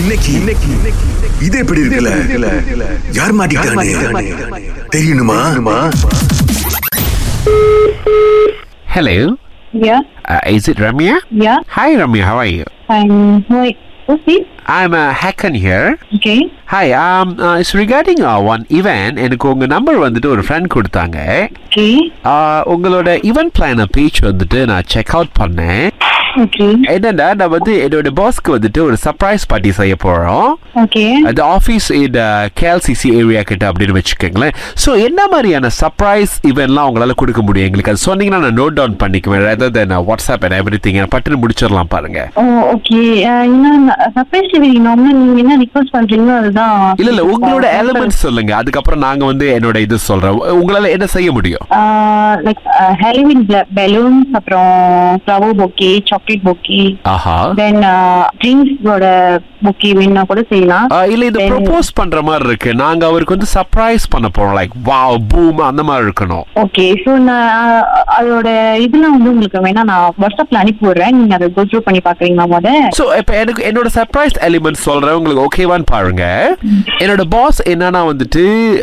இன்னைக்கு இன்னைக்கு இது எப்படி இருக்குல்ல யார் மாட்டிக்கிட்டானே தெரியணுமா Hello, Yeah, uh, is it Ramya? yeah. Hi, Ramya, how are you? I'm wait. Who's this? I'm uh, Hakan here. Okay. Hi, um, uh, it's regarding uh, one event. எனக்கு உங்க number வந்துட்டு ஒரு friend கொடுத்தாங்க Okay. Uh, உங்களோட event பிளான page வந்துட்டு நான் check out பண்ணேன் Okay. என்னன்னா நான் வந்து என்னோட பாஸ்க்கு வந்துட்டு ஒரு சர்ப்ரைஸ் பார்ட்டி செய்ய போறோம் Okay. அது uh, ஆஃபீஸ் இந்த கேஎல்சிசி ஏரியா கிட்ட அப்படின்னு வச்சுக்கோங்களேன் ஸோ என்ன மாதிரியான சர்ப்ரைஸ் இவெண்ட்லாம் உங்களால் கொடுக்க முடியும் எங்களுக்கு அது சொன்னீங்கன்னா நான் நோட் டவுன் பண்ணிக்குவேன் uh, rather then WhatsApp and everything பட்டுன்னு முடிச்சிடலாம் பாருங்க Oh, okay. Uh, என்ன சர்ப்ரைஸ் டெலிவரி நார்மலா நீங்க என்ன ரிக்வஸ்ட் பண்றீங்களோ அதுதான் Uh, இல்ல இல்ல உங்களோட எலமெண்ட் சொல்லுங்க அதுக்கப்புறம் நாங்க வந்து என்னோட இது சொல்றோம் உ- உங்களால என்ன செய்ய முடியும் லைக் ஹேலோவின் பலூன்ஸ் அப்புறம் ஃப்ளவர் பொக்கே சாக்லேட் பொக்கே ஆஹா தென் ட்ரிங்க்ஸோட பொக்கே வேணா கூட செய்யலாம் ஆ, இல்ல இது Then- ப்ரொபோஸ் பண்ற மாதிரி இருக்கு நாங்க அவருக்கு வந்து சர்ப்ரைஸ் பண்ண போறோம் லைக் வாவ் பூம் அந்த மாதிரி இருக்கணும் ஓகே ஸோ நான் அஹ், அதோட இதெல்லாம் வந்து உங்களுக்கு வேணா நான் வாட்ஸ்அப்ல அனுப்பி விடுறேன் நீங்க அதை கோ த்ரூ பண்ணி பாக்குறீங்களா முத சோ இப்ப எனக்கு என்னோட சர்ப்ரைஸ் எலிமெண்ட் சொல்றேன் உங்களுக்கு ஓகேவான்னு பாருங்க என்னோட பாஸ் என்னன்னா வந்துட்டு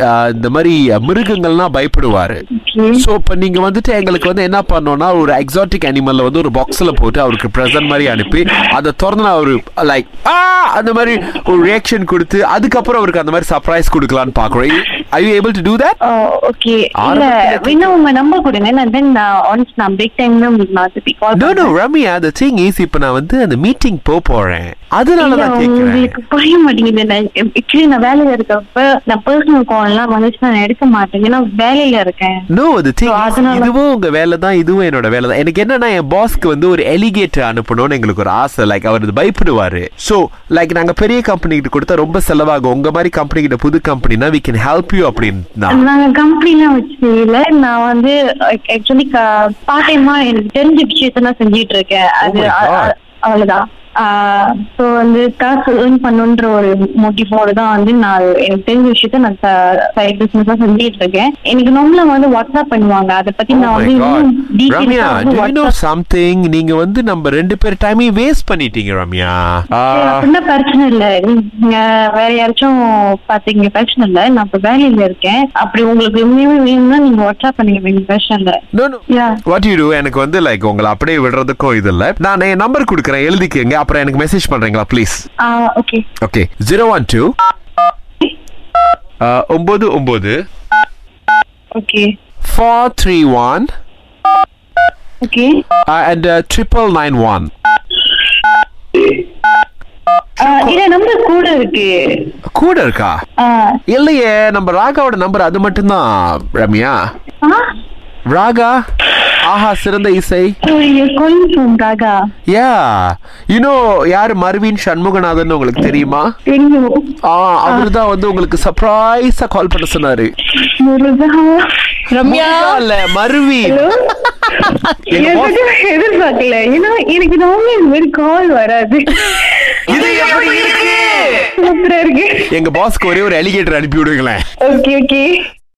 ஆ, இந்த மாதிரி மிருகங்கள்லாம் பயப்படுவாரு Okay. சோ இப்ப நீங்க வந்துட்டு எங்களுக்கு வந்து என்ன பண்ணோம்னா ஒரு எக்ஸாட்டிக் அனிமல்ல வந்து ஒரு பாக்ஸ்ல போட்டு அவருக்கு பிரசன்ட் மாதிரி அனுப்பி அதை திறந்து நான் ஒரு லைக் ஆ அந்த மாதிரி ஒரு ரியாக்ஷன் கொடுத்து அதுக்கப்புறம் அவருக்கு அந்த மாதிரி சர்ப்ரைஸ் கொடுக்கலாம்னு பாக்குறோம் I you able to do that okay Oh, இல்ல ஆரம்பத்துல வேணா உங்க நம்பர் கொடுங்க நான் தென் ஒன்ஸ் நான் பிரேக் டைம்ல உங்களுக்கு நான் திருப்பி call no no Ramya the thing is இப்ப நான் வந்து அந்த மீட்டிங் போக போறேன் அதனால தான் கேக்குறேன் உங்களுக்கு புரிய மாட்டேங்குது நான் ஆக்சுவலி நான் வேலையில இருக்கப்ப நான் பர்சனல் கால் எல்லாம் வந்துச்சு நான் எடுக்க மாட்டேன் ஏன்னா வேலையில இருக்கேன் நோ அது திங் So, அதனால- இதுவும் உங்க வேலை தான் இதுவும் என்னோட வேலை தான் எனக்கு என்னன்னா என் பாஸ்க்கு வந்து ஒரு எலிகேட்டர் அனுப்பணும்னு எங்களுக்கு ஒரு ஆசை லைக் அவர் இது பயப்படுவாரு ஸோ லைக் நாங்க பெரிய கம்பெனி கிட்ட கொடுத்தா ரொம்ப செலவாகும் உங்க மாதிரி கம்பெனி கிட்ட புது கம்பெனினா we can help you அப்படின்னு தான் நாங்க கம்பெனி எல்லாம் வச்சு இல்ல நான் வந்து ஆக்சுவலி பார்ட் டைமா எனக்கு தெரிஞ்ச விஷயத்தெல்லாம் செஞ்சிட்டு இருக்கேன் அது Oh my அ- God. அ- அவ்வளவுதான் ஸோ வந்து காசு ஏர்ன் பண்ணுன்ற ஒரு மோட்டிவோட தான் வந்து நான் எனக்கு தெரிஞ்ச விஷயத்த நான் சைட் பிசினஸா செஞ்சுட்டு இருக்கேன் எனக்கு நம்மள வந்து வாட்ஸ்அப் பண்ணுவாங்க அதை பத்தி நான் வந்து இன்னும் Oh ரம்யா டீட்டெயில்ஸா வந்து do you know WhatsApp something நீங்க வந்து நம்ம ரெண்டு பேர் டைமையும் வேஸ்ட் பண்ணிட்டீங்க ரம்யா Ah. ஆ, அப்படின்னா பிரச்சனை இல்ல நீங்க வேற யாராச்சும் பாத்தீங்க பிரச்சனை இல்ல நான் இப்ப வேலையில இருக்கேன் அப்படி உங்களுக்கு உண்மையுமே வேணும்னா நீங்க வாட்ஸ்அப் பண்ணிக்க வேண்டிய பிரச்சனை இல்ல no no Yeah. What you do எனக்கு வந்து லைக் உங்களை அப்படியே விடுறதுக்கும் இது இல்லை நான் என் நம்பர் கொடுக்குறேன் எழுதிக்கங்க அப்புறம் எனக்கு மெசேஜ் பண்றீங்களா please Ah, okay. Okay zero one two ஒம்பது ஒம்பது Okay. Four three one Okay. And triple nine one Ah, இல்ல நம்பர் கூட இருக்கு கூட இருக்கா Ah, இல்லையே நம்ம ராகாவோட நம்பர் அது மட்டும்தான் ரம்யா ah, ராகா ஆஹா சிறந்த இசை so you're calling from Raga. Yeah you know யாரு மர்வின் சண்முகநாதன் உங்களுக்கு தெரியுமா தெரியும். ஆ அவரு தான் வந்து உங்களுக்கு சர்ப்ரைஸா கால் பண்ண சொன்னாரு முருகா. ரம்யா இல்ல மர்வின் எங்க boss- எதுவுமே எதிர்பார்க்கல ஏன்னா எனக்கு நார்மலா இந்த மாதிரி கால் வராது இது எப்படி இருக்கு சூப்பரா இருக்கு எங்க பாஸ்க்கு ஒரே ஒரு எலிகேட்டர் அனுப்பி விடுங்களேன் ஓகே ஓகே